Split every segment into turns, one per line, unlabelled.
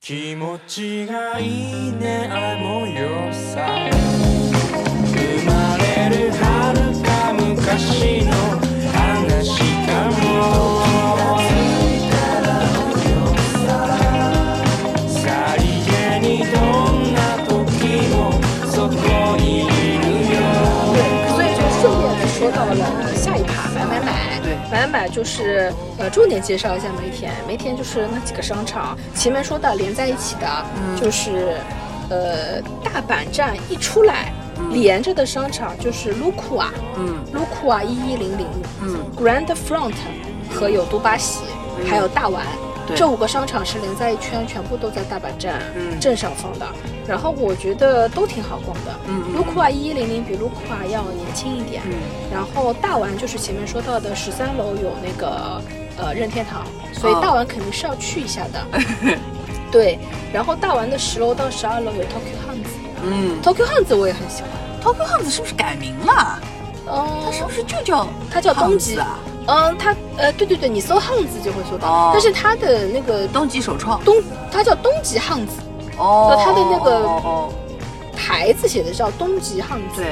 気持ちがいいね愛もよさ生まれる遥か昔の話かもさりげにどんな時もそこにいるよ
对，所以就顺便地说到了下一趴买买买。
对
买买买就是呃，重点介绍一下梅田。梅田就是那几个商场，前面说到连在一起的，
嗯
就是呃大阪站一出来。连着的商场就是卢库啊，
嗯
卢库啊一一零零，
嗯，
Grand Front 和有都巴喜，
嗯
还有大丸。
对
这五个商场是连在一圈，全部都在大阪站
嗯
正上方的。然后我觉得都挺好逛的。
嗯嗯
卢库瓦一一零零比卢库瓦要年轻一点。
嗯
然后大丸就是前面说到的十三楼有那个呃任天堂，所以
哦
大丸肯定是要去一下的。 对，然后大丸的十楼到十二楼有 Tokyo Hands。
嗯
Tokyo Hands 我也很喜欢。
，Tokyo Hands 是不是改名了？
哦
它是不是就叫
它叫东极
Hans 啊？
嗯，它呃，对对对，你搜汉字就会搜到，
哦
但是它的那个
东极首创
东，它叫东极汉字，
哦
它的那个
哦哦哦
牌子写的叫东极汉字。
对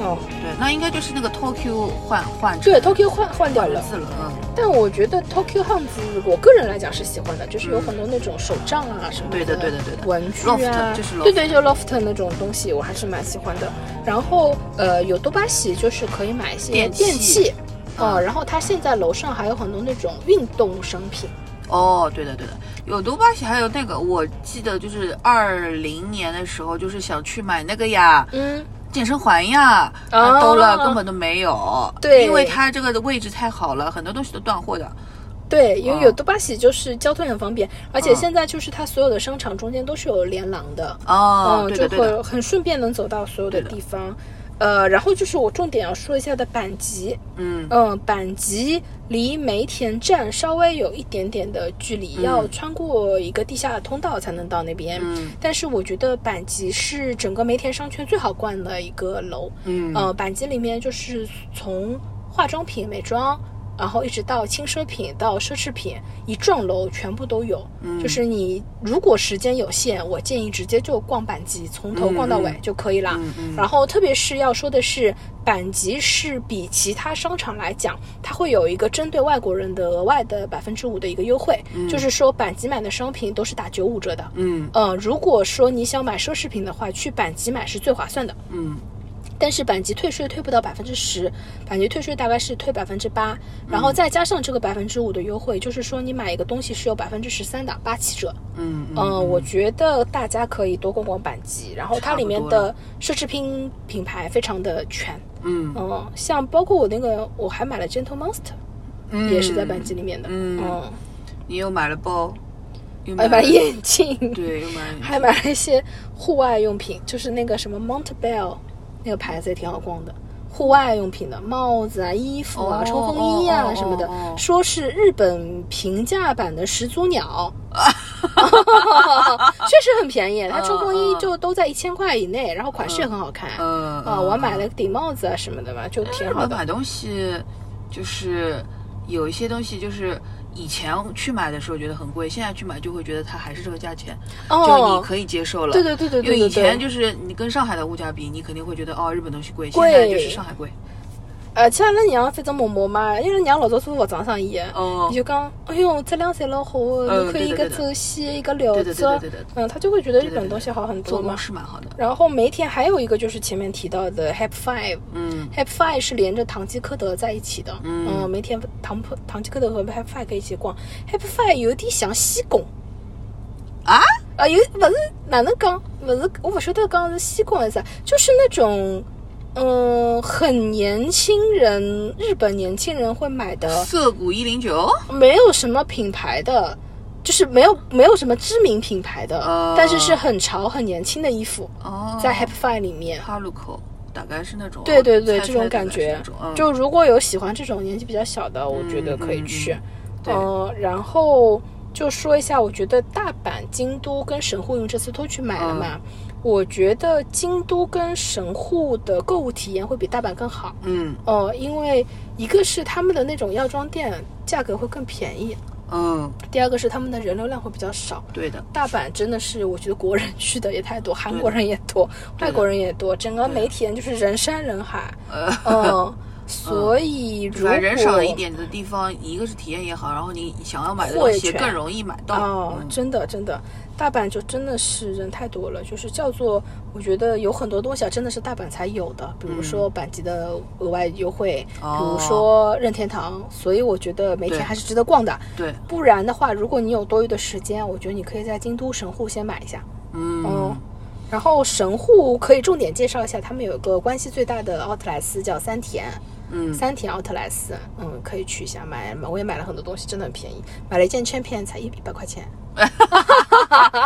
哦，
对，那应该就是那个 Tokyo 换换成
对，Tokyo 换换掉了，
字了，嗯，
但我觉得 Tokyo 汉字，我个人来讲是喜欢的，就是有
嗯
很多那种手账啊什么
对的对的对的
文具
Loft，
啊，
就是 Loft
对对，就 loft 那种东西，我还是蛮喜欢的。然后呃，有多巴喜就是可以买一些
电器
电器。哦，
嗯
然后它现在楼上还有很多那种运动商品，
哦，对的对的，有多巴喜，还有那个，我记得就是二零年的时候，就是想去买那个呀，
嗯，
健身环呀，
哦
啊、兜了根本都没有，
对
因为它这个的位置太好了，很多东西都断货的，
对，因为
嗯
有多巴喜就是交通很方便，而且
嗯
现在就是它所有的商场中间都是有连廊的，
哦，
嗯
对
就
的对的，
会很顺便能走到所有的
对的
地方。呃，然后就是我重点要说一下的板级，
嗯
嗯，板级离梅田站稍微有一点点的距离，
嗯
要穿过一个地下通道才能到那边。
嗯
但是我觉得板级是整个梅田商圈最好逛的一个楼，
嗯
呃，板级里面就是从化妆品、美妆，然后一直到轻奢品到奢侈品，一幢楼全部都有。
嗯
就是你如果时间有限，我建议直接就逛板级，从头逛到尾
嗯嗯
就可以啦。
嗯嗯
然后特别是要说的是，板级是比其他商场来讲，它会有一个针对外国人的额外的百分之五的一个优惠，就是说板级买的商品都是打九五折的。
嗯
嗯，如果说你想买奢侈品的话，去板级买是最划算的。
嗯
但是板级退税退不到百分之十，板级退税大概是退百分之八，然后再加上这个百分之五的优惠，就是说你买一个东西是有百分之十三的八七折。
嗯嗯
嗯，我觉得大家可以多逛逛板级，然后它里面
差不多
的奢侈品品牌非常的全。
嗯
嗯，像包括我那个，我还买了 Gentle Monster，、
嗯
也是在板级里面的。
嗯
嗯，
你又买了包，又
还买了眼镜，
对，又买了
还买了一些户外用品，就是那个什么 Montbell 那个牌子也挺好逛的。户外用品的帽子啊、衣服啊、
哦
冲锋衣啊
哦
什么的，
哦哦
说是日本平价版的始祖 鸟，确实很便宜。它冲锋
嗯
衣就都在一千块以内，然后款式也很好看。
呃
啊，我还买了个顶帽子啊什么的嘛，就挺
日
好
本
的。
买东西就是有一些东西就是。以前去买的时候觉得很贵，现在去买就会觉得它还是这个价钱，就
哦
你，可以接受了。
对对对对对对
因为以前
对
就是你跟上海的物价比，你肯定会觉得哦，日本东西贵，
贵
现在就是上海贵。
而且阿拉娘反正嬷嬷嘛，因为阿拉娘老早做服装生意的，
哦
你，就讲，哎哟，质量侪老好的，
嗯
你看一
对的
个
对的
走线，一个料
对的对的
子
对的，
嗯，他就会觉得日
对的
本
对
东
的
西好很多
做工
嘛。
是蛮好的。
然后梅田还有一个就是前面提到的 Hap Five。
嗯
Hap Five 是连着唐吉诃德在一起的，
嗯
梅田唐唐吉诃德和 Hap Five 可以一起逛。Hap Five 有点像西贡
啊，
啊，有不是哪能讲，不是我不晓得讲是西贡还是啥，就是那种嗯、呃很年轻人，日本年轻人会买的
涩谷一零九，
没有什么品牌的，就是没有没有什么知名品牌的，
哦
但是是很潮很年轻的衣服，
哦，
在 Happy Five 里面。
哈路口，大概是那种。
对对对，这
猜猜
种
大概
感
是
觉
那种，嗯
就如果有喜欢这种年纪比较小的，我觉得可以去。嗯、然后就说一下，我觉得大阪、京都跟神户，因为这次都去买了嘛。
嗯
我觉得京都跟神户的购物体验会比大阪更好，
嗯
呃，因为一个是他们的那种药妆店价格会更便宜，
嗯，
第二个是他们的人流量会比较少。
对的，
大阪真的是，我觉得国人去的也太多，韩国人也多，外国人也多，整个媒体人就是人山人海。 嗯，所以如果
反正呃人少一点的地方，一个是体验也好，然后你想要买的东
货也
西
全
更容易买到。
哦，
嗯
真的真的，大阪就真的是人太多了，就是叫做我觉得有很多东西啊，真的是大阪才有的，比如说阪急的额外优惠，比
嗯哦
如说任天堂，所以我觉得每天
对
还是值得逛的。
对，
不然的话，如果你有多余的时间，我觉得你可以在京都神户先买一下。
嗯
哦，然后神户可以重点介绍一下，他们有一个关系最大的奥特莱斯叫三田，
嗯，
三田奥特莱斯，嗯，可以去一下买，买我也买了很多东西，真的很便宜，买了一件圈片才一一百块钱。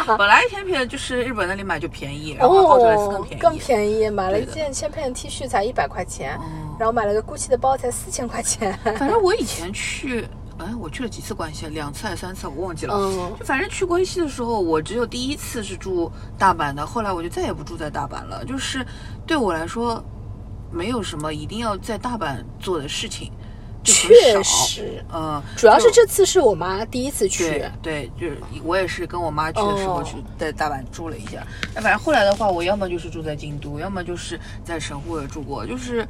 本来甜品就是日本那里买就便宜，然后奥特莱斯更便宜。
哦更便宜，买了一
哦对的
件千片的 T 恤才一百块钱，
哦
然后买了个 GUCCI 的包才四千块钱。
反正我以前去，哎，我去了几次关西，两次还是三次，我忘记了。
嗯
就反正去关西的时候，我只有第一次是住大阪的，后来我就再也不住在大阪了。就是对我来说，没有什么一定要在大阪做的事情，就
确
很少。
实，
嗯，
主要是
就
这次是我妈第一次去
对，对，就是我也是跟我妈去的时候
哦
去在大阪住了一下。那反正后来的话，我要么就是住在京都，要么就是在神户也住过，就是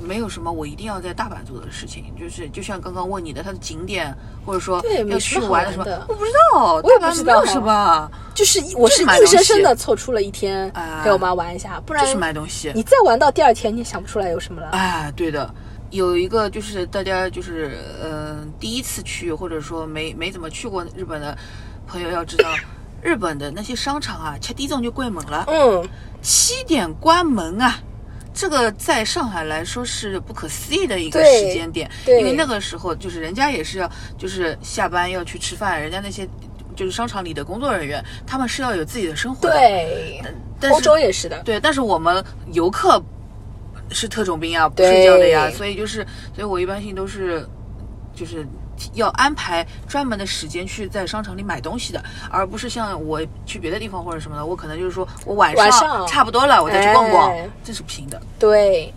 没有什么我一定要在大阪做的事情。就是就像刚刚问你的，它的景点或者说
对
要
没
去
什么好
玩的
玩
什么
的，
我不知道，
我也
大
不
阪
知
没
道
有什么，
就是我是
买东
硬
西
生生的凑出了一天
啊
陪我妈玩一下，不然
就是买东西。
你再玩到第二天，你想不出来有什么了。
啊，对的，有一个就是大家就是嗯、呃第一次去或者说没没怎么去过日本的朋友要知道，日本的那些商场啊，吃地粽就关门了。
嗯，
七点关门啊！这个在上海来说是不可思议的一个
对
时间点，
对
因为那个时候就是人家也是要，就是下班要去吃饭，人家那些就是商场里的工作人员，他们是要有自己的生活的。，
对，
但
欧
是
洲也是的，
对，但是我们游客是特种兵啊，不
对
睡觉的呀，所以就是，所以我一般性都是就是要安排专门的时间去在商场里买东西的，而不是像我去别的地方或者什么的，我可能就是说我晚上
晚上
差不多了，我再去逛逛，
哎
这是不行的。
对，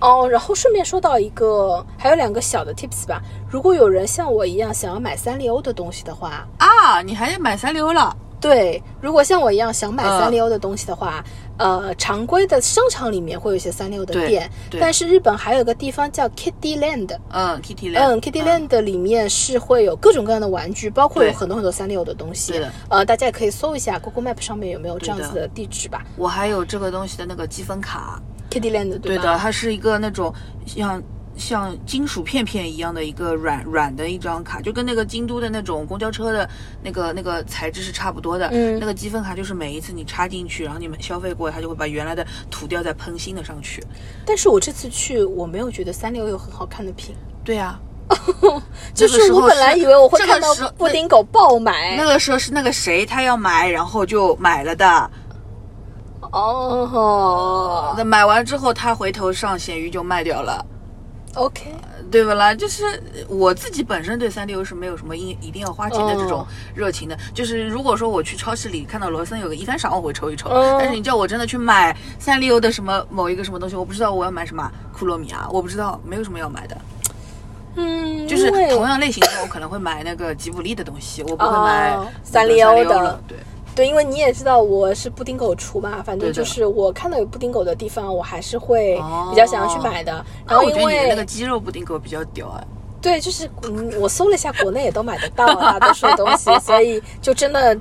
哦，然后顺便说到一个，还有两个小的 tips 吧。如果有人像我一样想要买三丽鸥的东西的话，
啊，你还买三流了？
对，如果像我一样想买
嗯
三丽鸥的东西的话，呃，常规的商场里面会有一些三丽鸥的
对
店，
对
但是日本还有个地方叫 Kitty Land。
嗯，Kitty Land，
嗯，Kitty Land 里面是会有各种各样的玩具，包括有
对
很多很多三丽鸥的东西
对的。
呃，大家也可以搜一下 Google Map 上面有没有这样
对的
子的地址吧。
我还有这个东西的那个积分卡，
Kitty Land
对
吧？
的，它是一个那种像像金属片片一样的一个软软的一张卡，就跟那个京都的那种公交车的那个那个材质是差不多的。
嗯
那个积分卡就是每一次你插进去，然后你们消费过，它就会把原来的涂掉，再喷新的上去。
但是我这次去，我没有觉得三丽鸥有很好看的品。
对 呀、
就
那个
是
时候
我本来
是
以为我会
这个
看到
时候
布丁狗爆买
那个时候是那个谁他要买，然后就买了的。
哦
那买完之后，他回头上闲鱼就卖掉了。
，OK，
对不啦？就是我自己本身对三丽鸥是没有什么一一定要花钱的这种
哦
热情的。就是如果说我去超市里看到罗森有个一番赏，我会抽一抽。
哦
但是你叫我真的去买三丽鸥的什么某一个什么东西，我不知道我要买什么库洛米啊，我不知道，没有什么要买的。
嗯，
就是
因为
同样类型的，我可能会买那个吉卜力的东西，我不会买那
哦
个
三
三
丽
丽
鸥的
了。对，
对，因为你也知道我是布丁狗厨嘛，反正
对的
就是我看到有布丁狗的地方，我还是会
哦
比较想要去买的。然
那
后
我觉
哦因
得你的那个
为
鸡肉布丁狗比较屌哎。
对，就是嗯，我搜了一下，国内也都买得到啊大多数的东西，所以就真的。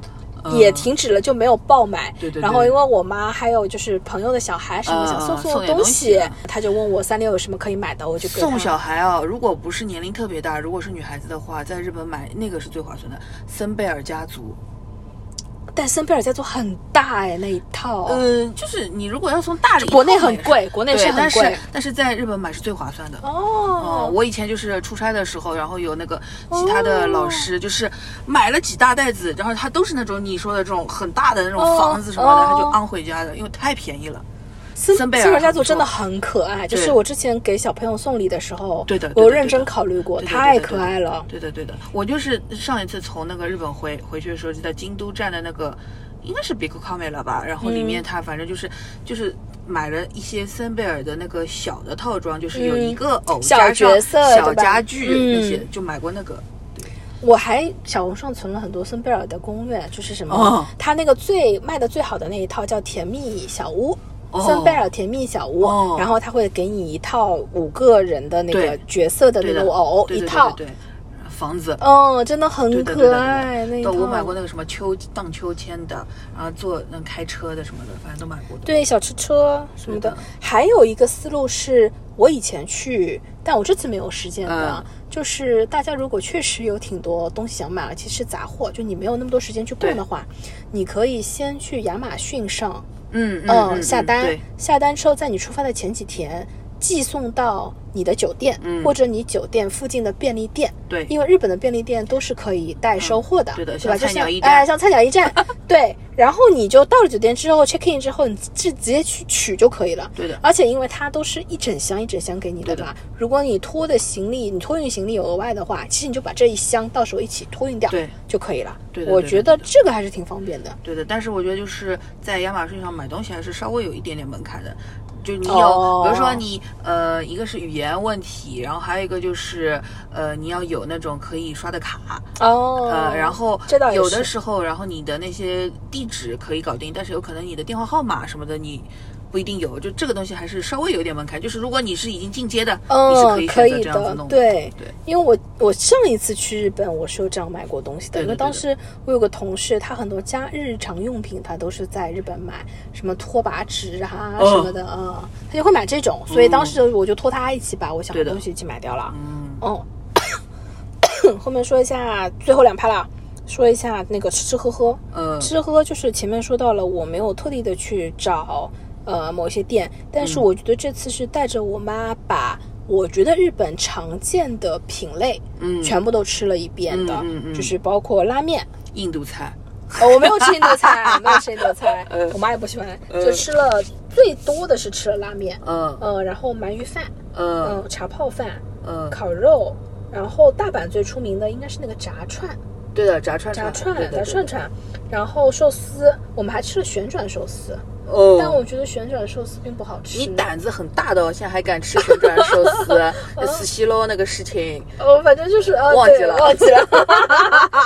也
嗯
停止了，就没有爆买。
对对对
然后因为我妈还有就是朋友的小孩什么
嗯
想送
嗯送点
东
东西啊
她就问我三六有什么可以买的，我就给
送
她
小孩啊，如果不是年龄特别大，如果是女孩子的话，在日本买那个是最划算的，森贝尔家族。
但森贝尔家族很大哎，那一套，
嗯，就是你如果要从大理，
国内很贵，国内
对，
很
但
贵
是。但是在日本买是最划算的。哦，
哦，
我以前就是出差的时候，然后有那个其他的老师，就是买了几大袋子，然后他都是那种你说的这种很大的那种
哦
房子什么的，他就
哦
昂回家的，因为太便宜了。
森
森贝尔
森贝尔家
很
族
不错
真的很可爱，就是
对
我之前给小朋友送礼的时候，
对的对的
我有
对
认
的
真考虑过，
对的
太
对的
可爱了。
对的，对的，我就是上一次从那个日本回回去的时候，就在京都站的那个，应该是 Big Comic 了吧？然后里
嗯
面它反正就是、就是买了一些森贝尔的那个小的套装，就是有一个偶
嗯小
加上
角色
小
对吧
家具
嗯
那些，就买过那个。
我还小红书上存了很多孙贝尔的攻略，就是什么，
哦
他那个最卖的最好的那一套叫《甜蜜小屋》。
哦
孙贝尔《甜蜜小屋》
哦
然后他会给你一套五个人的那个
对
角色的那
对
个
的
偶，
对
一
对
套，
对对对，房子。
嗯，真的
对
很
的对的对
可
的
爱那一套。
对我买过那个什么秋荡秋千的，然后坐能开车的什么的，反正都买过的。
对小吃车什么的。
是的
还有一个思路是我以前去，但我这次没有实践的。
嗯
就是大家如果确实有挺多东西想买，而且是杂货，就你没有那么多时间去逛
对
的话，你可以先去亚马逊上，
嗯嗯
呃
嗯，
下单，
对
下单之后在你出发的前几天寄送到你的酒店，
嗯
或者你酒店附近的便利店，
对，
因为日本的便利店都是可以代收货的，
嗯对的
吧？
像
就
菜鸟
像
驿站
哎，像菜鸟驿 站，对。然后你就到了酒店之后，check in 之后，你直直接去取就可以了。
对的
而且因为它都是一整箱一整箱给你的
对的
嘛，如果你拖的行李，你托运行李有额外的话，其实你就把这一箱到时候一起托运掉，
对
就可以了。
对的
我
对的
觉得
对的
这个还是挺方便的。
对的，但是我觉得就是在亚马逊上买东西还是稍微有一点点门槛的，就你要，比如说
哦
你呃，一个是语言问题，然后还有一个就是呃，你要有那种可以刷的卡，
哦，
呃，然后
这倒也
有的
是
时候，然后你的那些地址可以搞定，但是有可能你的电话号码什么的你。不一定有，就这个东西还是稍微有一点门槛。就是如果你是已经进阶的，你是
嗯
可以
可
选择
以
这样子
的
弄
对
对，
因为我我上一次去日本，我是有这样买过东西的，
对的
因为当时我有个同事，他很多家日常用品他都是在日本买，什么拖把纸啊
哦
什么的，嗯，他就会买这种，所以当时我就拖他一起把我想
对
的
的
东西一起买掉了。
嗯，
嗯， 后面说一下最后两趴了，说一下那个吃吃喝喝，
呃，
吃喝就是前面说到了，我没有特地的去找呃某一些店，但
嗯
是我觉得这次是带着我妈把我觉得日本常见的品类
嗯，
全部都吃了一遍的，
嗯嗯嗯
就是包括拉面。
印度菜，
呃，我没有吃印度菜， 没有吃印度菜，我妈也不喜欢，
嗯
就吃了最多的是吃了拉面，
嗯
呃，然后鳗鱼饭，嗯、
嗯
茶泡饭，
嗯，
烤肉，然后大阪最出名的应该是那个炸串，
对的，炸串
炸串
串，对
炸
的，对
串
的，
串，然后寿司，我们还吃了旋转寿司，
哦，
但我觉得旋转寿司并不好吃。
你胆子很大的哦，现在还敢吃旋转寿 司、
嗯
死西喽那个事情，
呃，反正就是呃，
忘记
对
了
忘记 了，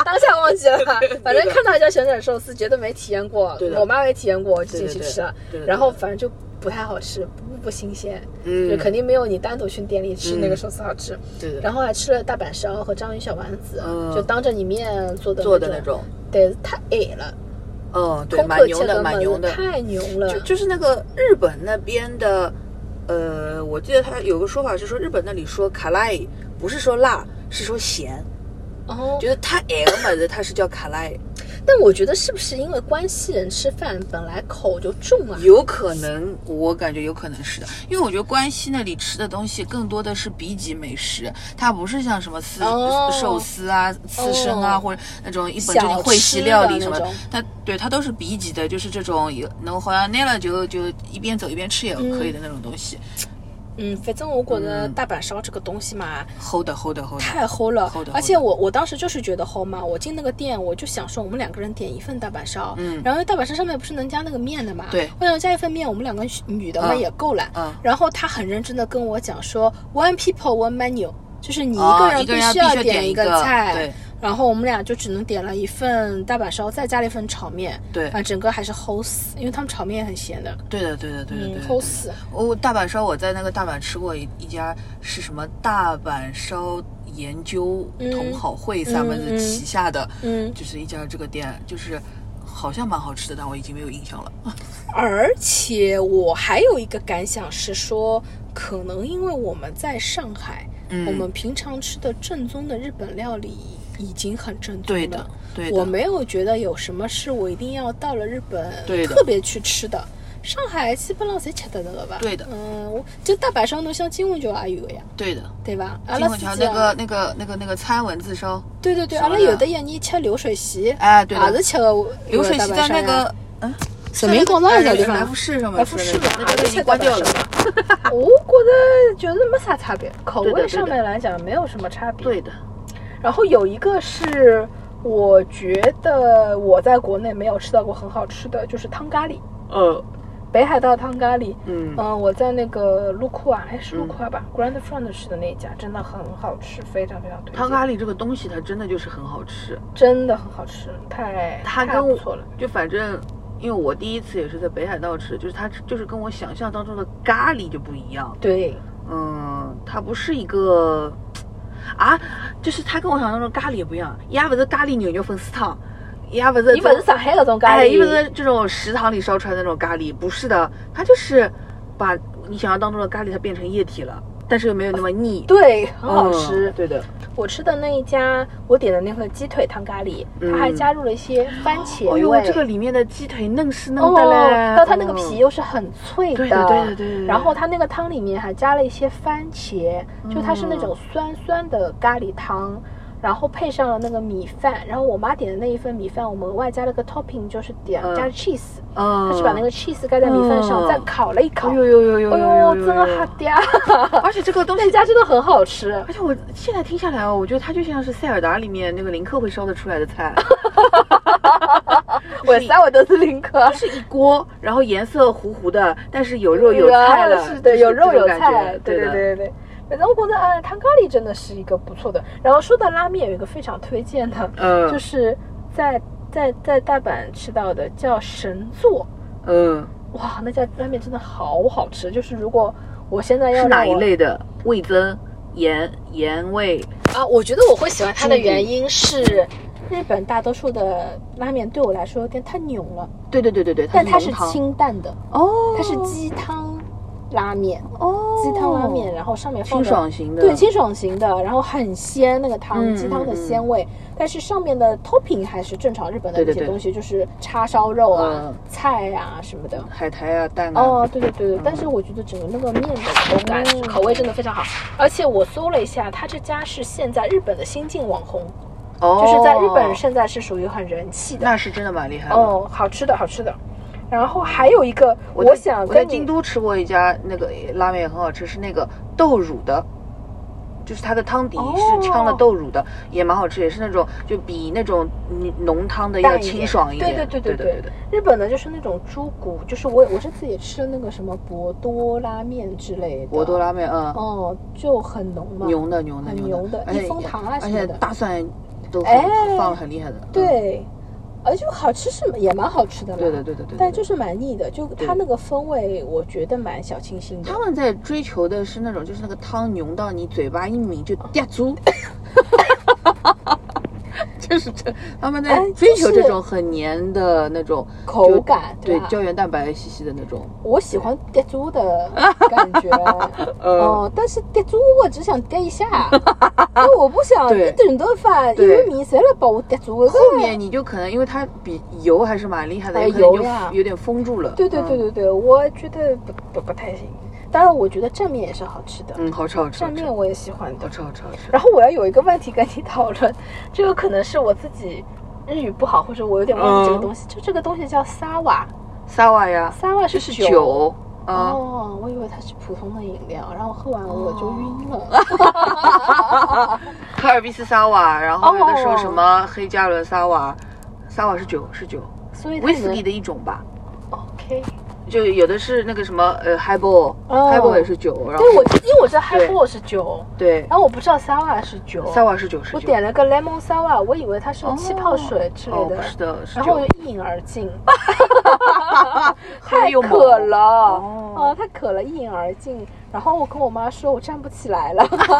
当下忘记了。反正看到一家旋转寿司，觉得没体验过
对，的
我妈没体验过，我就进
对的
去
对的
吃了
对的对。的
然后反正就不太好吃，不不新鲜，
嗯
就肯定没有你单独去店里吃那个
嗯
寿司好吃。
对的，
然后还吃了大阪烧和章鱼小丸子
嗯，
就当着你面做的
做的那，种，
对，太矮了，
嗯，对，
空
蛮
客
牛
切
的，
的
蛮牛的，
太牛了
就。就是那个日本那边的，呃，我记得他有个说法是说日本那里说卡拉伊不是说辣，是说咸，
哦，
觉得太 哎矮了嘛的，它是叫卡拉伊，
但我觉得是不是因为关西人吃饭本来口就重啊？
有可能，我感觉有可能是的，因为我觉得关西那里吃的东西更多的是比级美食，它不是像什么刺、
哦
寿司啊、刺身啊，
哦
或者那种一本正经会席料理什么
小吃的那种，
它对它都是比级的，就是这种有能好像那了就就一边走一边吃也可以的那种东西，
嗯，反正我觉得
嗯
大阪烧这个东西嘛，
齁的齁的齁的，
太齁了
齁的。
而且我我当时就是觉得齁嘛，我进那个店我就想说我们两个人点一份大阪烧，
嗯
然后大阪烧上面不是能加那个面的嘛，
对
我想加一份面，我们两个女的嘛
嗯
也够了。
嗯
然后他很认真的跟我讲说，one people one menu，就是你一
哦
个人
一个人要
须
必须
要
要点
点
一
个
个
菜，
对
然后我们俩就只能点了一份大阪烧，再加了一份炒面，
对
啊，整个还是齁死，因为他们炒面也很咸的，
对的对的对的对的
嗯，
对
齁
的。
死。
我、哦大阪烧，我在那个大阪吃过一一家是什么大阪烧研究同好会他
嗯
们
嗯嗯
的旗下的，
嗯
就是一家这个店，就是好像蛮好吃的，但我已经没有印象了。
而且我还有一个感想是说，可能因为我们在上海，
嗯
我们平常吃的正宗的日本料理已经很正宗了。
对的，对
我
的，
没有觉得有什么是我一定要到了日本
对的
特别去吃的。上海基本上侪吃得到的吧？
对的
嗯，我就大阪烧侬像金文桥也有个呀，
对的。
对吧？阿
金
拉
虹桥
自己
那个
啊
那个那个那个餐文字烧，
对对对，
什么
阿拉
的
有的一年吃流水席，
哎对的
也是吃个
流水席在那个嗯，
人民广场那
那
个地
来
方
福。士上面
来福
吃
士
的
吧
那个那个已经关掉了。
我觉得就是没啥差别，口
对的
味
对的
上面来讲没有什么差别。
对的，
然后有一个是我觉得我在国内没有吃到过很好吃的，就是汤咖喱。
呃，
北海道汤咖喱，
嗯
嗯、我在那个路库啊，还是路库啊吧、g r a n d Front 吃的那一家，真的很好吃，非常非常推荐。
汤咖喱这个东西它真的就是很好吃，
真的很好吃，太
它
太
跟我
不错了。
就反正因为我第一次也是在北海道吃，就是它就是跟我想象当中的咖喱就不一样，
对，
嗯，它不是一个啊，就是它跟我想象中的咖喱也不一样，伊拉不是咖喱牛肉粉丝汤，伊拉不是
伊勿是上海搿种咖
哎，
喱，
因为是这种食堂里烧出来的那种咖喱，不是的，它就是把你想象当中的咖喱，它变成液体了，但是又没有那么腻，
对，很
嗯，
好吃。
对的，
我吃的那一家，我点的那份鸡腿汤咖喱，
嗯
它还加入了一些番茄
哦
味。
呦，这个里面的鸡腿嫩是嫩的嘞，
哦，然后它那个
嗯
皮，又是很脆
对的对的对的对的
然后它那个汤里面还加了一些番茄，
嗯
就它是那种酸酸的咖喱汤，然后配上了那个米饭。然后我妈点的那一份米饭，我们额外加了个 topping，就是点
嗯
加了 cheese，
嗯，
它是把那个 cheese 盖在米饭上，
嗯
再烤了一烤
哎。呦呦呦呦
哎
呦
呦，
呦
真的好嗲！
而且这个东
那
西。
家真的很好吃。
而且我现在听下来哦，我觉得它就像是塞尔达里面那个林克会烧得出来 的菜，
我三我都是林克，
是一锅，然后颜色糊糊的，但是有肉有菜了，
啊是
就
的，
是
有肉
这种
有
感
菜
觉，
对对
的
对对对。反正我觉得，哎，汤咖喱真的是一个不错的。然后说到拉面，有一个非常推荐的，
嗯，
就是在在在大阪吃到的叫神作，
嗯，
哇，那家拉面真的好好吃。就是如果我现在要
是哪
哎让
一
我
类的？味增、盐、盐味，
啊？我觉得我会喜欢它的原因是。日本大多数的拉面对我来说有点太浓了，
对对对对对，
但它
它
是
浓汤
清淡的，
哦，
它是鸡汤拉面，
哦
鸡汤拉面，然后上面放着
清爽型的，
对，清爽型的，然后很鲜那个汤，
嗯
鸡汤的
嗯
鲜味，但是上面的 topping 还是正常日本的
对
那
对
些
对
东西，就是叉烧肉啊、
嗯
菜啊什么的。
海苔啊蛋啊，
哦，对对对对，但是我觉得整个那个面的口感、
嗯
口味真的非常好，而且我搜了一下，他这家是现在日本的新晋网红，
哦
就是在日本现在是属于很人气的。
那是真的蛮厉害的。
哦，好吃的好吃的。然后还有一个，
我
我
在
想
我在
跟你
京都吃过一家那个拉面也很好吃，是那个豆乳的，就是它的汤底
哦
是掺了豆乳的，也蛮好吃，也是那种就比那种浓浓汤的要
淡一点
清爽一点。
对对
对
对对
对
对日本的就是那种猪骨，就是我我这次也吃了那个什么博多拉面之类的，
博多拉面，嗯，
哦，就很浓嘛，
牛的牛的
很
牛
牛的
而且
益丰堂啊
而
什么
且
的
大蒜都很
哎
放得很厉害的。嗯，
对，而且好吃是也蛮好吃的啦，
对的对的对的。
但就是是蛮腻的，就它那个风味，我觉得蛮小清新的
他。们在追求的是那种，就是那个汤浓到你嘴巴一抿就掉足。 就是这，他们在
哎
追求
就是
这种很黏的那种
口
就
感对
对
吧
胶原蛋白兮兮的那种。
我喜欢叠猪的感 觉，
呃
哦，但是叠猪我只想叠一 下，因为我不想
对
一整顿饭一
对
碗米谁来把我叠足。
后面你就可能因为它比油还是蛮厉害的，
哎
有可能
油呀
就有点封住了。
对对对
嗯，
对对，我觉得不不不太行。当然，我觉得正面也是好吃的，
嗯，好吃好吃好
正
吃，
面我也喜欢
好
的。
吃好吃好吃。
然后我要有一个问题跟你讨论，这个可能是我自己日语不好，或者我有点忘记这个
嗯
东西。就这个东西叫萨瓦，
萨瓦呀，
萨瓦
这
是
是酒，嗯。
哦，我以为它是普通的饮料，然后喝完我就
哦
晕了。
科尔必斯萨瓦，然后还有的时
哦
候什么黑加仑萨瓦，萨瓦是酒是酒，
所以它
威士忌
能
的一种吧。
OK。
就有的是那个什么呃 highball，highball、
哦
highball 也是酒，然后
对，我因为我知道 h i
对
g 是酒，
对
然后我不知道萨瓦是酒。
萨瓦是酒是酒。
哦我点了个 lemon 萨瓦，我以为它是气泡水之类
哦，
的
不，是的，是
然后我
酒
就。一饮而尽。
喝了
太
又
渴
猛。
了，
哦
哦，太渴了，一饮而尽。然后我跟我妈说，我站不起 来了。 但是因为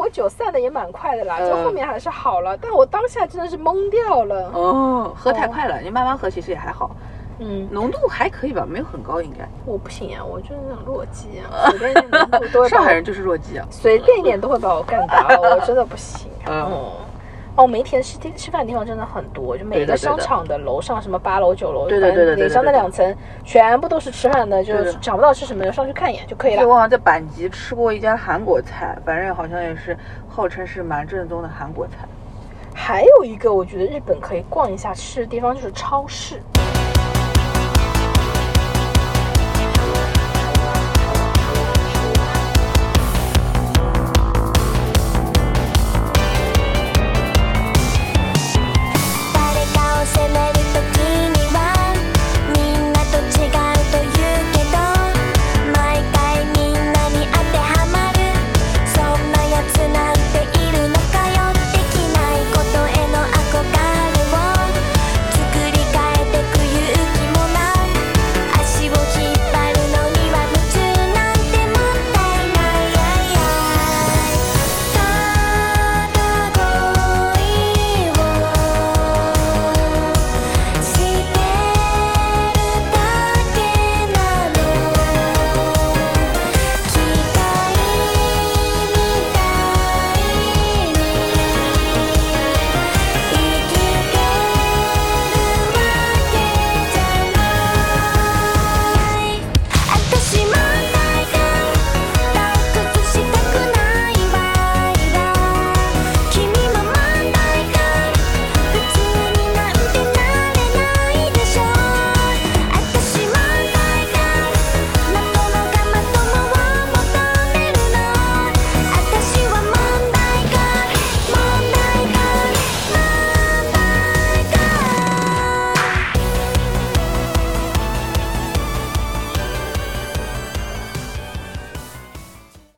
我酒散的也蛮快的啦，就
嗯
后面还是好了。但我当下真的是懵掉了。
哦，喝太快了，你慢慢喝其实也还好，
嗯，
浓度还可以吧，没有很高应该。
我不行啊，我就是那种弱鸡 啊，随便一点浓度都会把
呃上海
我
人就是弱鸡啊。
随便一点都会把我干倒，我真的不行。
嗯
哦，哦，梅田吃吃饭的地方真的很多，就每
对的
个
对的
商场的楼上，什么八楼、九楼，
对的
反正
对的对
哪
的
上那
对的
两层全部都是吃饭的，就
对
是
的
想不到吃什么，就上去看一眼就可以
对，
了。
我好像在阪急吃过一家韩国菜，反正好像也是号称是蛮正宗的韩国菜。
还有一个我觉得日本可以逛一下吃的地方就是超市，